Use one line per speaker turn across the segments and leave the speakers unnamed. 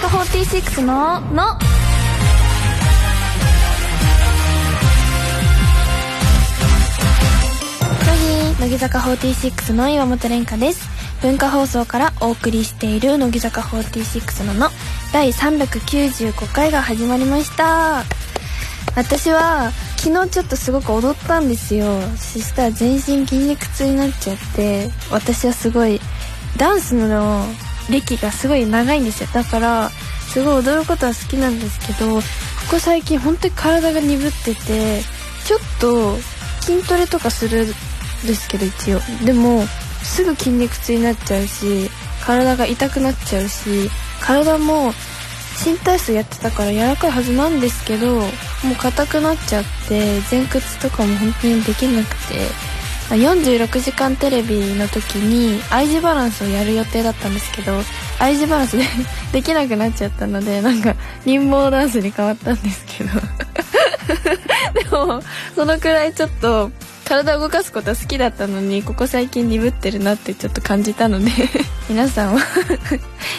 6のの乃木乃木坂46の岩本蓮香です文化放送からお送りしている乃木坂46のの第395回が始まりました私は昨日ちょっとすごく踊ったんですよそしたら全身筋肉痛になっちゃって私はすごいダンスの歴がすごい長いんですよだからすごい踊ることは好きなんですけどここ最近本当に体が鈍っててちょっと筋トレとかするんですけど一応でもすぐ筋肉痛になっちゃうし体が痛くなっちゃうし体も新体操やってたから柔らかいはずなんですけどもう硬くなっちゃって前屈とかも本当にできなくて46時間テレビの時に I 字バランスをやる予定だったんですけど I 字バランスで できなくなっちゃったのでなんか貧乏ダンスに変わったんですけど でもそのくらいちょっと体を動かすことは好きだったのにここ最近鈍ってるなってちょっと感じたので 皆さんは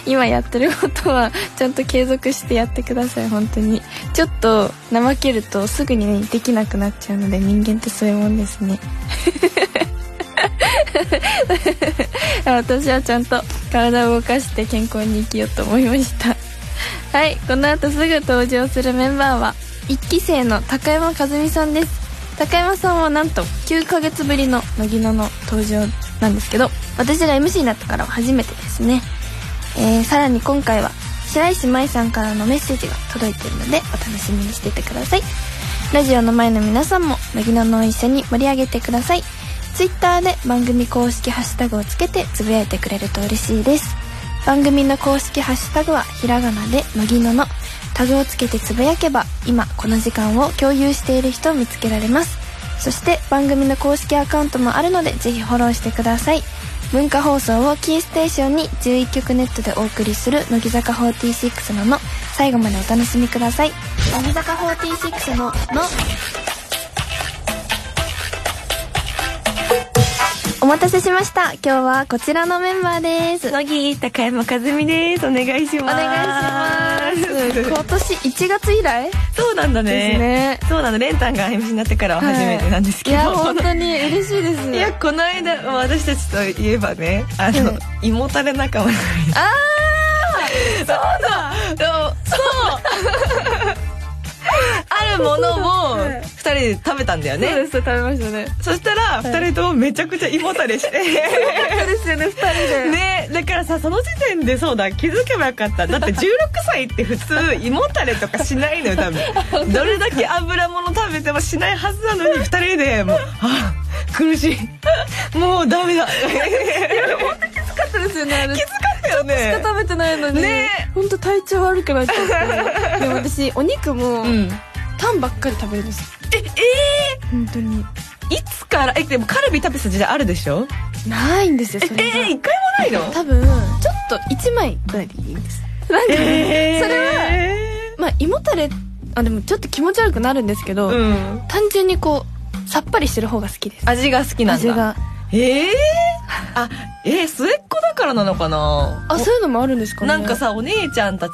今やってることはちゃんと継続してやってください本当にちょっと怠けるとすぐに、ね、できなくなっちゃうので人間ってそういうもんですね 私はちゃんと体を動かして健康に生きようと思いましたはいこの後すぐ登場するメンバーは1期生の高山和美さんです高山さんはなんと9ヶ月ぶりの乃木野の登場なんですけど私が MC になってからは初めてですね、えー、さらに今回は白石麻衣さんからのメッセージが届いているのでお楽しみにしていてくださいラジオの前の皆さんも乃木野の一緒に盛り上げてください Twitter で番組公式ハッシュタグをつけてつぶやいてくれると嬉しいです番組の公式ハッシュタグはひらがなで乃木野のタグをつけてつぶやけば今この時間を共有している人を見つけられますそして番組の公式アカウントもあるのでぜひフォローしてください文化放送をキーステーションに11曲ネットでお送りする乃木坂46のの最後までお楽しみください乃木坂46ののお待たせしました今日はこちらのメンバーです
乃木高山和美ですお願いし
お
ます
願いします今年1月以来
そうなんだね
ですね
そうなのレンタンが MC になってからは初めてなんですけど、
いや本当に嬉しいです
いやこの間私たちといえばねあの、
うん
胃もたれ仲間がいる
あ
そうだそうあるものを
はい
2人で食べたんだ
ー
よ
そう
ね
です食べましたね
そしたら2人ともめちゃくちゃ胃もたれして
そうですよね2人で
ねだからさその時点でそうだ気づけばよかっただって16歳って普通胃もたれとかしないのよ多 分どれだけ油物食べてもしないはずなのに2人でもう「あ苦しいもうダメだ」
きつかったですよねあれ
気づかったよね
食べてないのに
ね
本当体調悪くなっちゃってでも私お肉も
うん
タンばっかり食べるんですよ
ええ
本当に
ーいつからえでもカルビ食べてた時代あるでしょ
ないんですよ
ええ
それが
ー、一回もないの
多分ちょっと1枚くらいでいいんですなんか
え
それ
は
まあ胃もたれあでもちょっと気持ち悪くなるんですけど
うん
単純にこうさっぱりしてる方が好きです
味が好きなん
味
だ
が
ええあえー、末っ子だからなのかな
あそういうのもあるんですかね
なんかさお姉ちゃんたち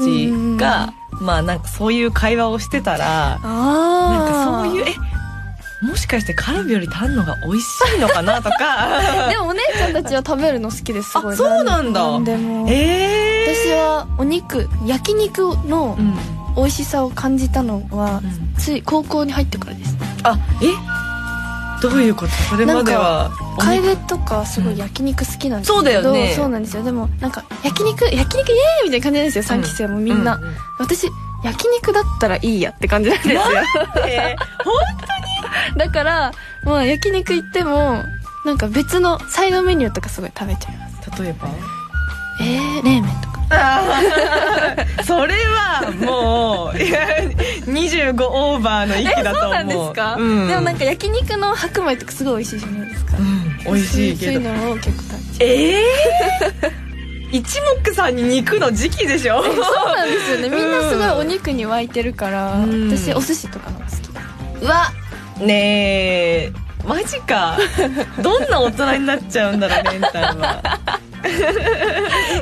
が、まあなんかそういう会話をしてたらなん
ああ
かそういうえもしかしてカルビよりタンのが美味しいのかなとか
でもお姉ちゃんたちは食べるの好きですすごい
あそうなんだ
でも
えー、
私はお肉焼肉の
うん、
美味しさを感じたのは
うん
つい高校に入ってからです
あえどういうことそれまではお肉
楓とかすごい焼肉好きなんですけど、
そうだよね
そうなんですよでもなんか焼肉焼肉イエーイみたいな感じなんですよ3期生もみんな、
うう
私焼肉だったらいいやって感じなんですよ
え
だからもう焼肉行ってもなんか別のサイドメニューとかすごい食べちゃいます
ー例えば
えー、冷麺とか
あー それはもういや25オーバーの
え
域だと思う
そうなんですか、
うん
でもなんか焼肉の白米とかすごい美味しいじゃないですか
うん、美味しいけど
そういうのを結構食べちゃう
ええ一目散に肉の時期でしょ
そうなんですよねみんなすごいお肉に沸いてるから、
うん
私お寿司とかのが好きうわ
ねえマジかどんな大人になっちゃうんだろうレンタルは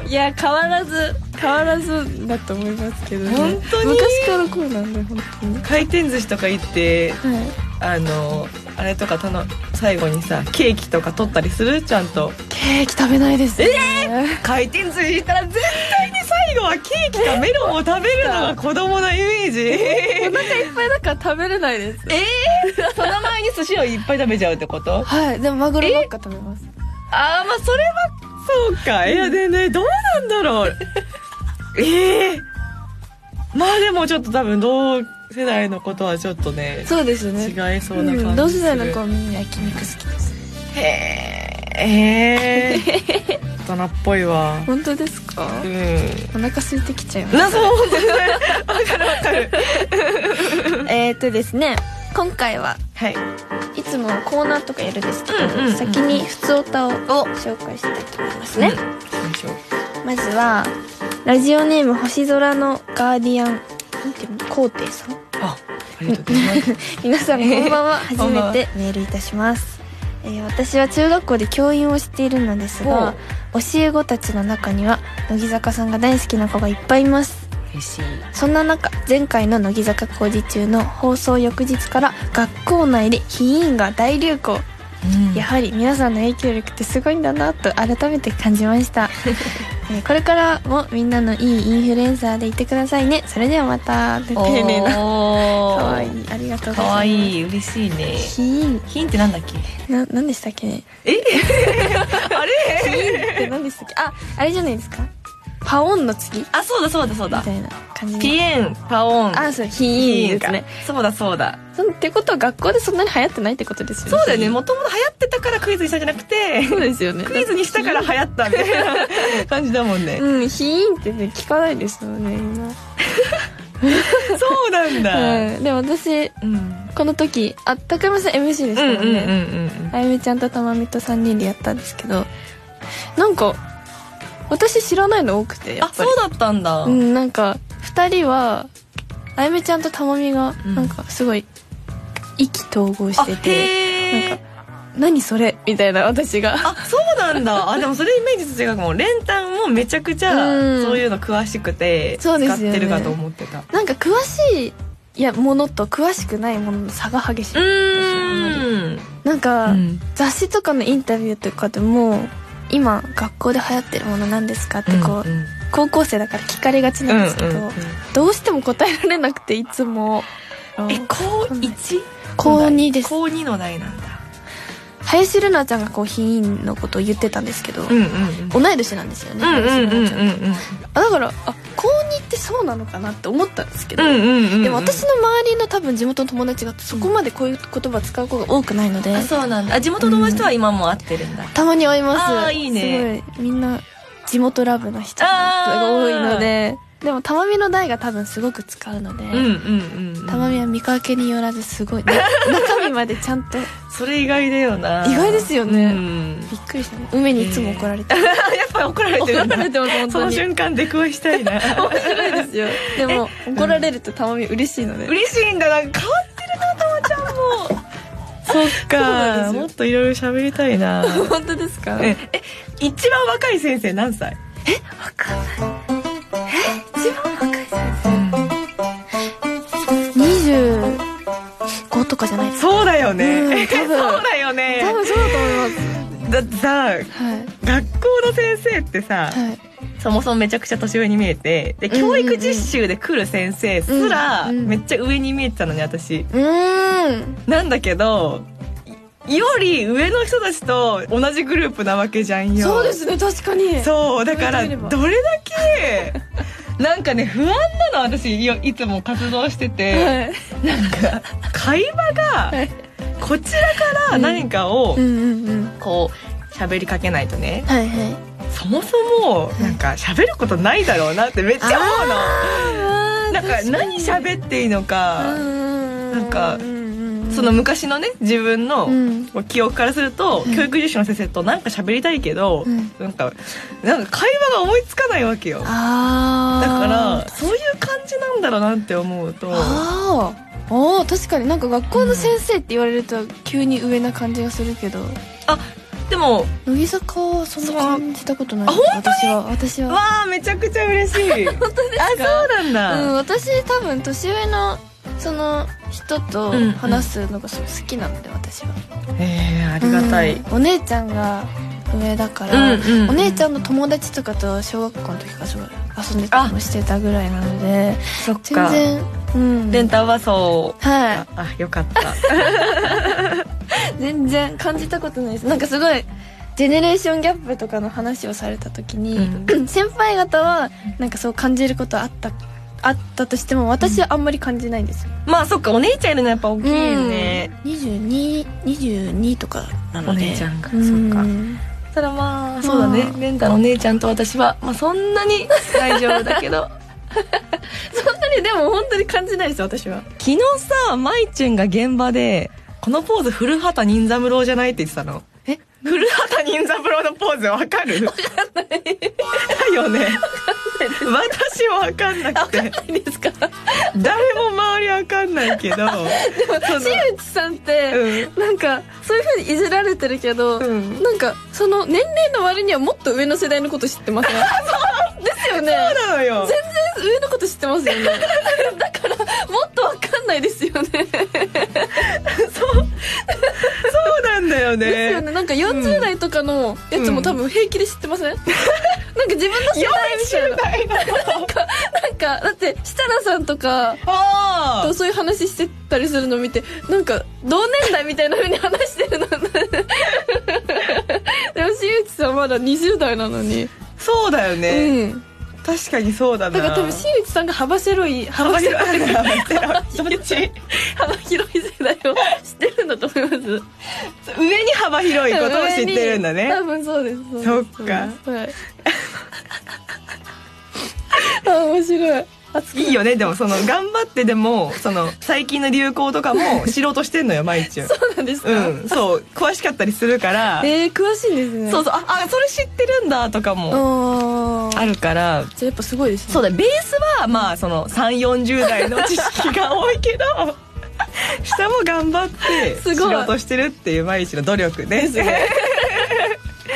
いや変わらず変わらずだと思いますけどね
本当に
昔からこうなんで本当に
回転寿司とか行って
はい
あのあれとか頼最後にさケーキとか取ったりするちゃんと
ケーキ食べないです、ね、え
回転寿司行ったら絶対に最後はケーキかメロンを食べるのが子供のイメージ
お腹いっぱいだから食べれないです
その前に寿司をいっぱい食べちゃうってこと
はいでもマグロばっか食べます
ああまあそれはそうかいやでねどうなんだ ろうええまあでもちょっと多分同世代のことはちょっとね
そうですね
違いそうな感じする、
うん、同世代の子はみんな焼肉好きです
へえへえ大人っぽいわ
本当ですか
うん
お腹空いてきちゃいます
なそうですねわかるわかる
えっとですね今回は
はい
いつもコーナーとかやるんですけど、
うんうんうん
先に普通歌を紹介したいと思いますね、
うんよいしょ
まずはラジオネーム星空のガーディアンなんていうの皇帝さん
あありがとうございます
皆さんこんばんは初
こんばん
め
は
てメールいたします、えー私は中学校で教員をしているのですが教え子たちの中には乃木坂さんが大好きな子がいっぱいいます
嬉しい
そんな中前回の乃木坂工事中の放送翌日から学校内で非委員が大流行
うん
やはり皆さんの影響力ってすごいんだなと改めて感じましたえーこれからもみんなのいいインフルエンサーでいてくださいねそれではまた丁寧なか
おー
わいいありがとうご
かわ
ざいます
いい嬉しいね
ひー
ヒンってなんだっけ
な何でしたっけね
あれ
って何でしたっけああれじゃないですかパオンの次み
あそうだそうだそうだ
たいな感じ
ピ
の
エンパオン
あそうひーですね
そうだそうだ
そんってことは学校でそんなに流行ってないってことですよね
そうだよね
ひー
もともと流行ってたからクイズにしたんじゃなくて
そうですよね
クイズにしたから流行ったみたいな 感じだもんね
うんひーんってね聞かないですよね今、
そうなんだ
うん、でも私
うん
この時あ高山さん MC です
う
か
ん
らね、
うんうんうん
あゆみちゃんとたまみと3人でやったんですけどなんか私知らないの多くてや
あ
っぱり
そうだったんだ
うん、なんか2人はあゆみちゃんとたまみが
うん
なんかすごい意気投合し
あ
てて、
へ
なん
え
か「何それ」みたいな私が
あそうなんだあでもそれイメージと違うかもレンタンもめちゃくちゃ
うん
そういうの詳しくて使
そう
っ
ですよね
てるかと思ってた
なんか詳しいいやものと詳しくないものの差が激しい、
ーん
なんか、
うん
雑誌とかのインタビューとかでも今学校で流行ってるものなんですかってこう、
うんうん
高校生だから聞かれがちなんですけど、
うんうんうん
どうしても答えられなくていつも
え高一
高2です
高二の代なんだ
林瑠奈ちゃんがこう品員のことを言ってたんですけど、
うんうん
同い年なんですよね、林瑠奈ちゃんあだからあ高2ってそうなのかなって思ったんですけど、
うん
でも私の周りの多分地元の友達がそこまでこういう言葉使う子が多くないので、
あそうなんだあ地元の友達とは今も会ってるんだ、
たまに会います
あーいいね
すごいみんな地元ラブの人が多いのででもたまみの代が多分すごく使うので、
うんうんうん
たまみは見かけによらずすご い、ね、中身までちゃんとび
それ意外だよな
意外ですよね
うん、
っくりしたね梅にいつも怒られてる、
あやっぱり怒られてるん
怒
だ
られてます本
そ
当
の
に面
瞬間出くわしたいな
白いですよでも怒られるとたまみ嬉しいので、
嬉しいんだなんか変わってるなたまちゃんもそっ
なんです
か
よ
もっといろいろ喋りたいな
本当ですか
ええ一番若い先生何歳
かんないえ一番若い先生25とかじゃないですか
そうだよ
うん
ね
多
そ
分
うだよ
多
ね
分そうだと思います
だってさ
はい
学校の先生ってさ、
はい
そもそもめちゃくちゃ年上に見えてで教育実習で来る先生すら
うんうんうん
めっちゃ上に見えてたのね私
うーん
なんだけどいより上の人たちと同じグループなわけじゃんよ
そうですね確かに
そうだから
言われてみれば
どれだけ なんかね不安なの私いよいつも活動してて、
はい
会話が
はい
こちらから何かを
うんうんうん
こう喋りかけないとね
はいはい
そもそもなんか喋ることないだろうなってめっちゃ思うの。なんか何喋っていいのか、
な
なんかそ
そ
の昔のね自分の、
うん
記憶からすると、
うん
教育実習の先生となんか喋りたいけど、
うん
なんかなんか会話が思いつかないわけよだ
あー
からそういう感じなんだろうなって思うと
あーおー確かになんか学校の先生って言われると急に上な感じがするけど、
あでも
乃木坂はそんな感じたことない
あ本
私は私は
わあめちゃくちゃ嬉し い本当ですかあそう
う
なん
ん
だ、
私多分年上のその人と
うんうん
話すのがすごい好きなので私は
えー、あ
あ
りがたい、
お姉ちゃんが上だから、
うんうんうん
お姉ちゃんの友達とかと小学校の時からすごい遊んでたりもしてたぐらいなので
そっ
全
か
然うん
レンタはそう
は
ああよかった
い全然感じたことないですなんかすごいジェネレーションギャップとかの話をされた時に、 先輩方はなんかそう感じることあったあったとしても私はあんまり感じないんですよ、
まあそっかお姉ちゃんいるのやっぱ大きいね、
2222とかな
お
ので
姉ちゃんが、
うん
そっかそしたらまあそうだね
まあ
レンタのお姉ちゃんと私は、まあ、そんな に大丈夫だけど
そんなにでも本当に感じないです私は
昨日さまいちゅんが現場でこのポーズ古畑任三郎じゃないって言ってたの
え
古畑任三郎のポーズわかるわかんないだよね私もわかんなくて
いいです か
誰も周りわかんないけどでも
新内さんって、なんかそういう風にいじられてるけど、
うん
なんかその年齢の割にはもっと上の世代のこと知ってます ねですよね
そうなのよ
全然上のこと知ってますよね だからもっとわかんないですよね
そうなんだよね
ですよねなんか40代とかのやつも多分平気で知って ません、なんか自分の世代みたいな
40代の
なんかだって設楽さんとか
あ
と
あ
そういう話してたりするの見てなんか同年代みたいな風に話してるの でも新内さんまだ20代なのに、
そうだよね、
うん
確かにそうだな
だから多分新内さんが幅広い幅広い
どっち
幅広い世代を知ってるんだと思います
上に幅広いことを知ってるんだね
多分そうですうです
そっか
そうですはい あ面白い熱く
いいよねでもその頑張ってでもその最近の流行とかも知ろうとしてんのよ毎日
そうなんですか、
うんそう詳しかったりするから、
えー、詳しいんですね
そううそうああそれ知ってるんだとかも
あ
あるから
じゃあやっぱすごいですね
そうだベースはまあその3 4 0代の知識 が多いけど下も頑張って
すごい
知ろうとしてるっていう毎日の努力です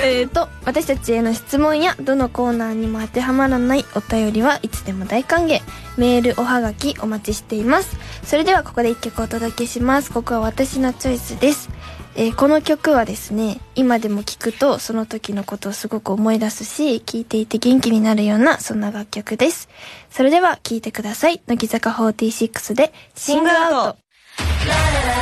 えー、と私たちへの質問やどのコーナーにも当てはまらないお便りはいつでも大歓迎メールおはがきお待ちしていますそれではここで一曲お届けしますここは私のチョイスです、えーこの曲はですね今でも聴くとその時のことをすごく思い出すし聴いていて元気になるようなそんな楽曲ですそれでは聴いてください乃木坂46でシングアウト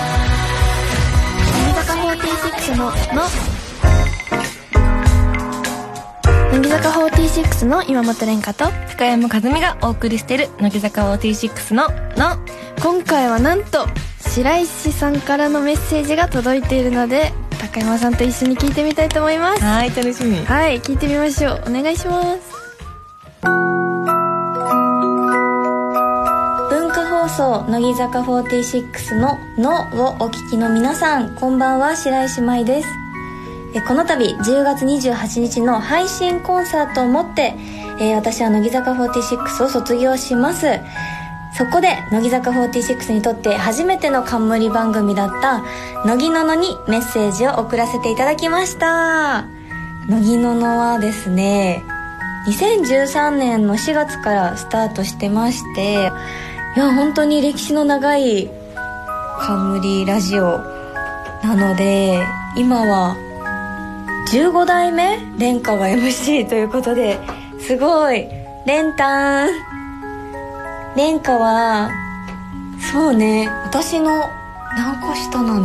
乃木坂46のの乃木坂46の岩本蓮香と
高山和美がお送りしている乃木坂46のの
今回はなんと白石さんからのメッセージが届いているので高山さんと一緒に聞いてみたいと思います
はい楽しみ
はい聞いてみましょうお願いします
文化放送乃木坂46ののをお聞きの皆さんこんばんは白石舞ですえこの度10月28日の配信コンサートをもって、えー私は乃木坂46を卒業しますそこで乃木坂46にとって初めての冠番組だった「乃木のの」にメッセージを送らせていただきました乃木ののはですね2013年の4月からスタートしてましていや本当に歴史の長い冠ラジオなので今は15代目レンカが MC ということですごいレンタンレンカはそうね私の何個下なの、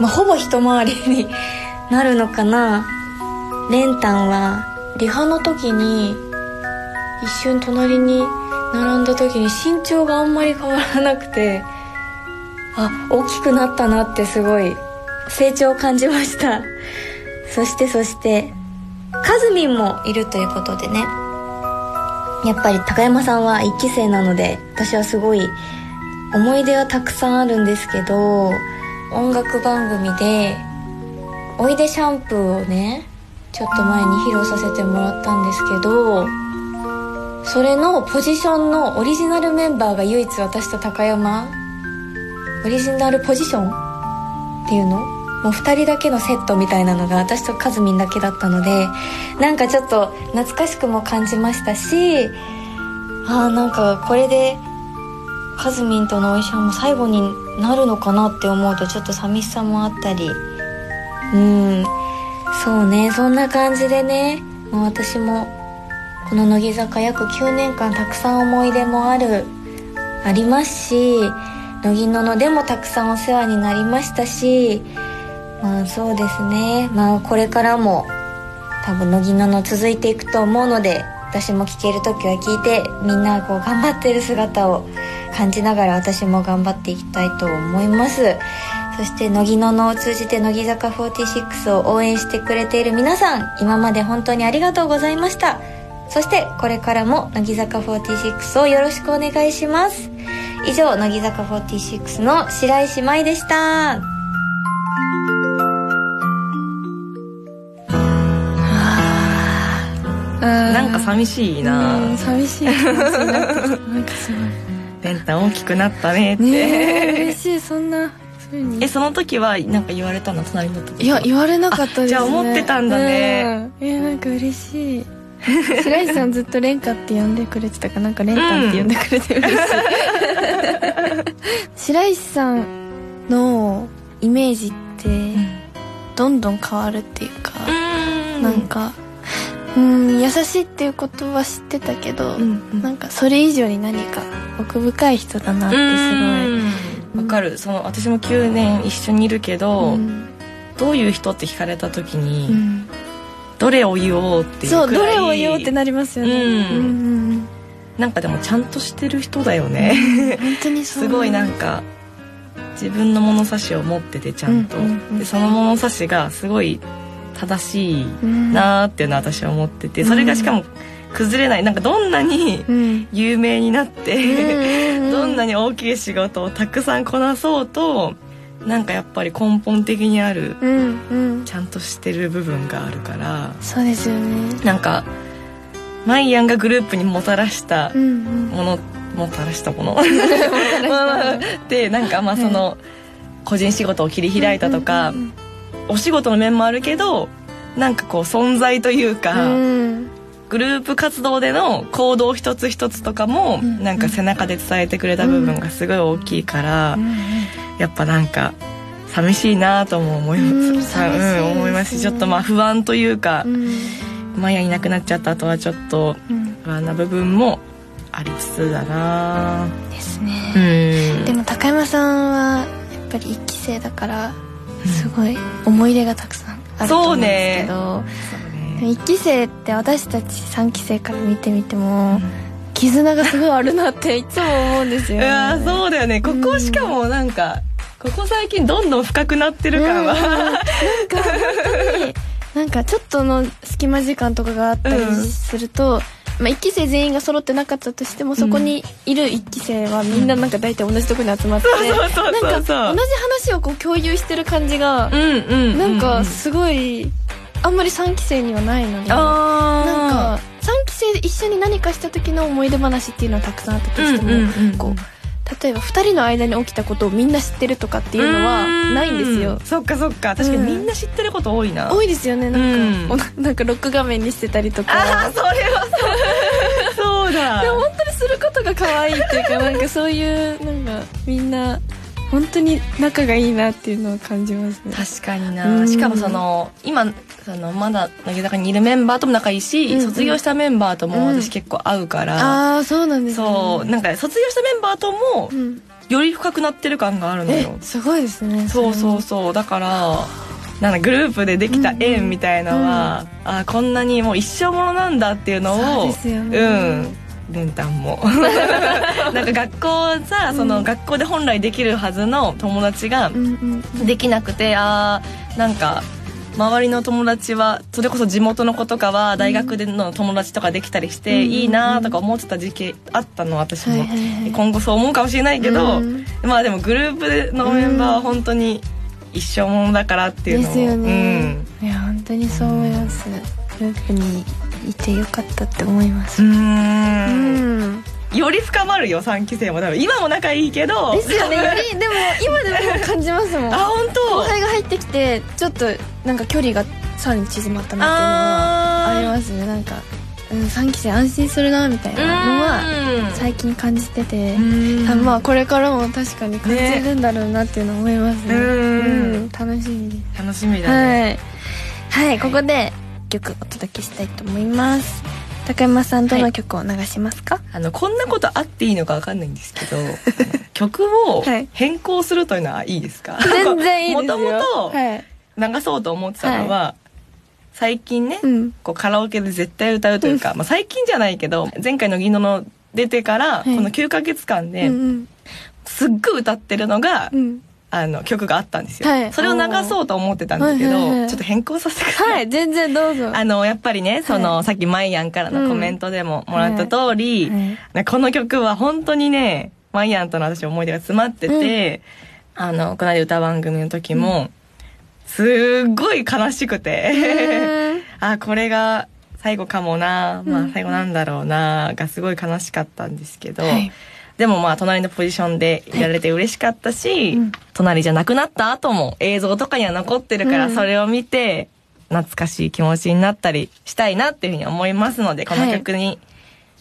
まあ、ほぼ一回りになるのかなレンタンはリハの時に一瞬隣に並んだ時に身長があんまり変わらなくてあ大きくなったなってすごい成長を感じましたそしてそしてカズミンもいるということでねやっぱり高山さんは1期生なので私はすごい思い出はたくさんあるんですけど音楽番組で「おいでシャンプー」をねちょっと前に披露させてもらったんですけどそれのポジションのオリジナルメンバーが唯一私と高山オリジナルポジションっていうのもう2人だけのセットみたいなのが私とかずみんだけだったのでなんかちょっと懐かしくも感じましたしあーなんかこれでかずみんとのお医者も最後になるのかなって思うとちょっと寂しさもあったりうんそうねそんな感じでねもう私もこの乃木坂約9年間たくさん思い出もあるありますし乃木ののでもたくさんお世話になりましたしまあそうですねまあこれからも多分乃木のの続いていくと思うので私も聴ける時は聴いてみんなこう頑張ってる姿を感じながら私も頑張っていきたいと思いますそして乃木ののを通じて乃木坂46を応援してくれている皆さん今まで本当にありがとうございましたそしてこれからも乃木坂46をよろしくお願いします以上乃木坂46の白石麻衣でした
なんか寂しいな
うん寂しい気持ちになってきたなんかすごい
ペンタ大きくなったねって、
ねえ嬉しいそんなそういうふうに
えその時はなんか言われたの隣の時
いや言われなかったですね
あじゃあ思ってたんだね
うんいやなんか嬉 しい白石さんずっとレンカって呼んでくれてたからなんかレンタンって呼んでくれて嬉しい、 白石さんのイメージってどんどん変わるっていうか、
うん
なんかうん優しいっていうことは知ってたけど、
うん
なんかそれ以上に何か奥深い人だなってす
わかるその私も9年一緒にいるけ
ご
ど、
い、うん
どういう人って聞かれた時に、
うん
どれを言おうっていうくら
そ
いう
どれを言おうってなりますよね、
うん
うんうん
なんかでもちゃんとしてる人だよね
本当にそう
すごいなん
か
か自分の物差しを持っててちゃんと、
うんうんうん
でその物差しがすごい正しい
な
なーっていうのは私は思っててそれがしかも崩れないなんかどんなに
うん
有名になって、どんな
に
に大きい仕事をたくさんこなそうとなんかやっぱり根本的にある
うんうん
ちゃんとしてる部分があるから
そうですよね
なんかマイアンがグループにもたらした
うんうん
ものもたらしたものまあでなんかまあその、個人仕事を切 り開いたとか、
うん
お仕事の面もあるけどなんかこう存在という
う
か、
ん
グループ活動での行動一つ一つとかも、
うん
なんか背中で伝えてくれた部分がすごい大きいから、やっぱなんか寂しいなとも思います、
うん
さ
寂しいですね
うん思いますしちょっとまあ不安というか、
うん
マヤいなくなっちゃった後はちょっと
うん
不安な部分もありつつだな
ですね
うん
でも高山さんはやっぱり一期生だからすごい思い入れがたくさんあると思うんですけど、
そう
で
ね
も一期生って私たち三期生から見てみても絆がすごいあるなっていつも思うんです
う
よ、
わそうだよねここしかもなんか、ここ最近どんどん深くなってる感は、
うんなんか本当になんかちょっとの隙間時間とかがあったりすると、まあ、1期生全員が揃ってなかったとしてもそこにいる1期生はみんななんか大体同じとこに集まって、
そうそうそ
な
うそ
んか同
う
じ話をこう共有してる感じが、
うんうんうん
なん
う
か
ん
すごいあんまり3期生にはないのでなん
あ
か3期生で一緒に何かした時の思い出話っていうのはたくさんあったとしても、こう例えば2人の間に起きたことをみんな知ってるとかっていうのはないんですよ
うそっかそっか確かにみんな知ってること多いな、
多いですよねなんか、おなんかロック画面にしてたりと
あ
か
あそれはそうそうだ
でも本当にすることが可愛いっていうか なんかそういうなんかみんな本当に仲がいいなっていうのを感じますね
確かに
う
なんしかもその今そのまだ乃木坂にいるメンバーとも仲いいし、
うんうん
卒業したメンバーとも
うん
私結構会うから、
ああそうなんですね
そうなんか卒業したメンバーとも
うん
より深くなってる感があるの
え
よ
すごいですね
そうそうそうだからなんだグループでできた縁みたいのは、あーこんなにもう一生ものなんだっていうの
そう
を
ですよね
うん練 炭もなんか学校さその、
うん
学校で本来できるはずの友達が
うんうんうん
できなくてあーなんか周りの友達はそれこそ地元の子とかは大学での友達とかできたりして、
うん
いいなとか思ってた時期あったの私も、
はいはいはい
今後そう思うかもしれないけど、
うん
まあでもグループのメンバーは本当に一生ものだからっていう
で
のも
すよね、いや本当にそう思いますグループにいてよかったって思いま
う
す
ん
う
うんより深まるよ3期生も多分今も仲いいけど
ですよねよ
多分
りでも今でも感じますもん
あ
後
本当
輩が入ってきてちょっとなんか距離がさらに縮まったなっていうのは
あ
あり
ー
ますねなんか、うん、3期生安心するなみたいなのは
うん
最近感じてて、
うん
あまあこれからも確かに感じるんだろうなっていうのは思いますね
ねうん
うん楽しみです
楽しみだね、
はい、はい、ここで一曲お届けしたいと思います高山さんどの曲を流しますか、
あのこんなことあっていいのかわかんないんです けどあの曲を
はい
変更するというのはいいですか
全然いいです よ
もとも
はい、
と流そうと思ってたのは、最近ね、
うん
こうカラオケで絶対歌うというか、まあ、最近じゃないけど前回の「銀のの」出てから、
はい
この9ヶ月間で、
うん
すっごい歌ってるのが、
うんうん
あの曲があったんですよ、
はい
それを流そうと思ってたんだけど、
おーはいはいはい
ちょっと変更させてください、
はい全然どうぞ
あのやっぱりねその、
は
さっきマイアンからのコメントでももらった通り、
はい
ねこの曲は本当にね、マイアンとの私思い出が詰まってて、あの、この間歌番組の時も、すっごい悲しくて、
うん
あ、これが最後かもな、ま
う
あ
ん
最後なんだろうな、がすごい悲しかったんですけど、
はい
でもまあ隣のポジションでいられて嬉しかったし、
うん
隣じゃなくなった後も映像とかには残ってるか
う
ら
ん
それを見て懐かしい気持ちになったりしたいなっていうふうに思いますので、この曲に、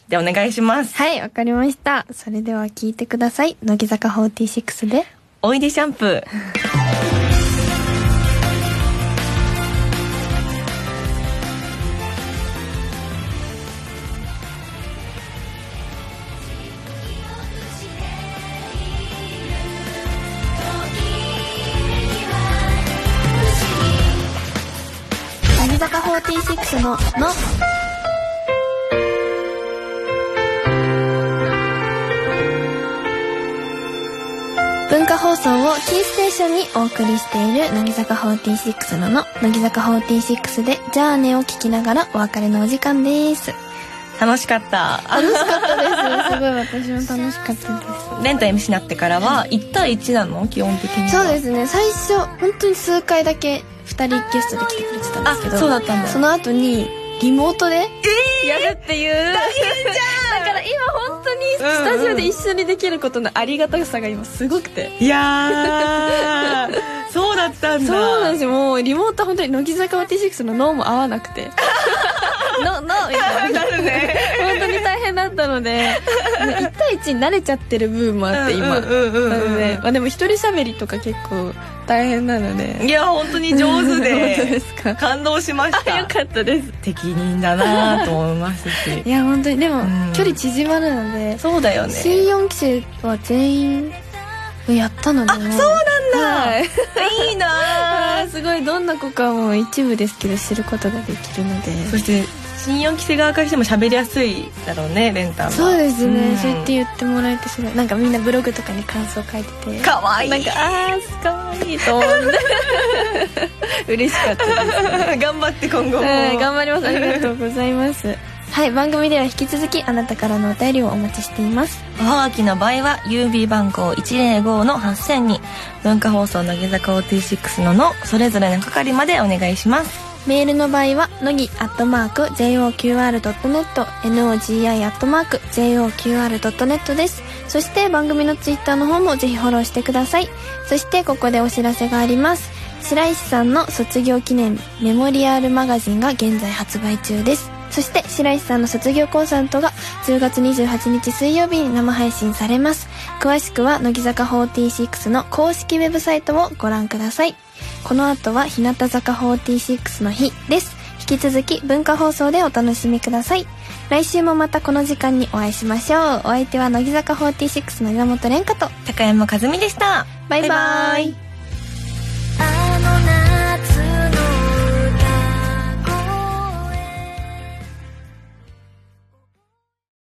でお願いします。
はいわかりましたそれでは聞いてください乃木坂46で
おいでシャンプー。
乃木坂46の「の」文化放送をキーステーションにお送りしている乃木坂46のの乃木坂46で「じゃあね」を聞きながらお別れのお時間です
楽しか った。あ
楽しかったですすごい私も楽しかったです
レンタ MC になってからは1対1なの基本的には。
そうですね最初本当に数回だけ2人ゲストで来てくれてたんですけど
あそうだったんだ
その後にリモートでやるっていう、だから今本当にスタジオで一緒にできることのありがたさが今すごくて、
いやー、そうだったんだ。
そうなんですよもうリモートは本当に乃木坂46の脳も合わなく てののみたいな
なるね。
本当に大変だったのでね1対1に慣れちゃってる部分もあって今、
うんうんうん
な
うん
ので、まあ、でも一人喋りとか結構大変なので
いや、本当に上手
本当で
で、
すか
感動しました。
よかったです
適任だなと思いますし
い。や本当にでも、
うん
距離縮まるので、
そうだよね。
新4期生は全員やったのであそう
なんだ
はい、
いいな
あすごいどんな子かも一部ですけど知ることができるので
そして、新四期生側からしても喋りやすいだろうね、レンタは。
そうですね、
ん
そうやって言ってもらえてすごいなんかみんなブログとかに感想書いてて
かわいい。
なんかあーかわいいと思って 嬉しかったです
頑張って今後も。
はい頑張りますありがとうございますはい番組では引き続きあなたからのお便りをお待ちしています
おはがきの場合は郵便番号105の8000に文化放送乃木坂46ののそれぞれの係までお願いします
メールの場合は、のぎ、アットマーク、joqr.net、nogi、アットマーク、joqr.net です。そして、番組のツイッターの方もぜひフォローしてください。そして、ここでお知らせがあります。白石さんの卒業記念メモリアルマガジンが現在発売中です。そして、白石さんの卒業コンサートが10月28日水曜日に生配信されます。詳しくは、乃木坂46の公式ウェブサイトをご覧ください。この後は日向坂46の日です。引き続き文化放送でお楽しみください。来週もまたこの時間にお会いしましょう。お相手は乃木坂46の岩本蓮香と、
高山和美でした
バイバイ。
バイバイ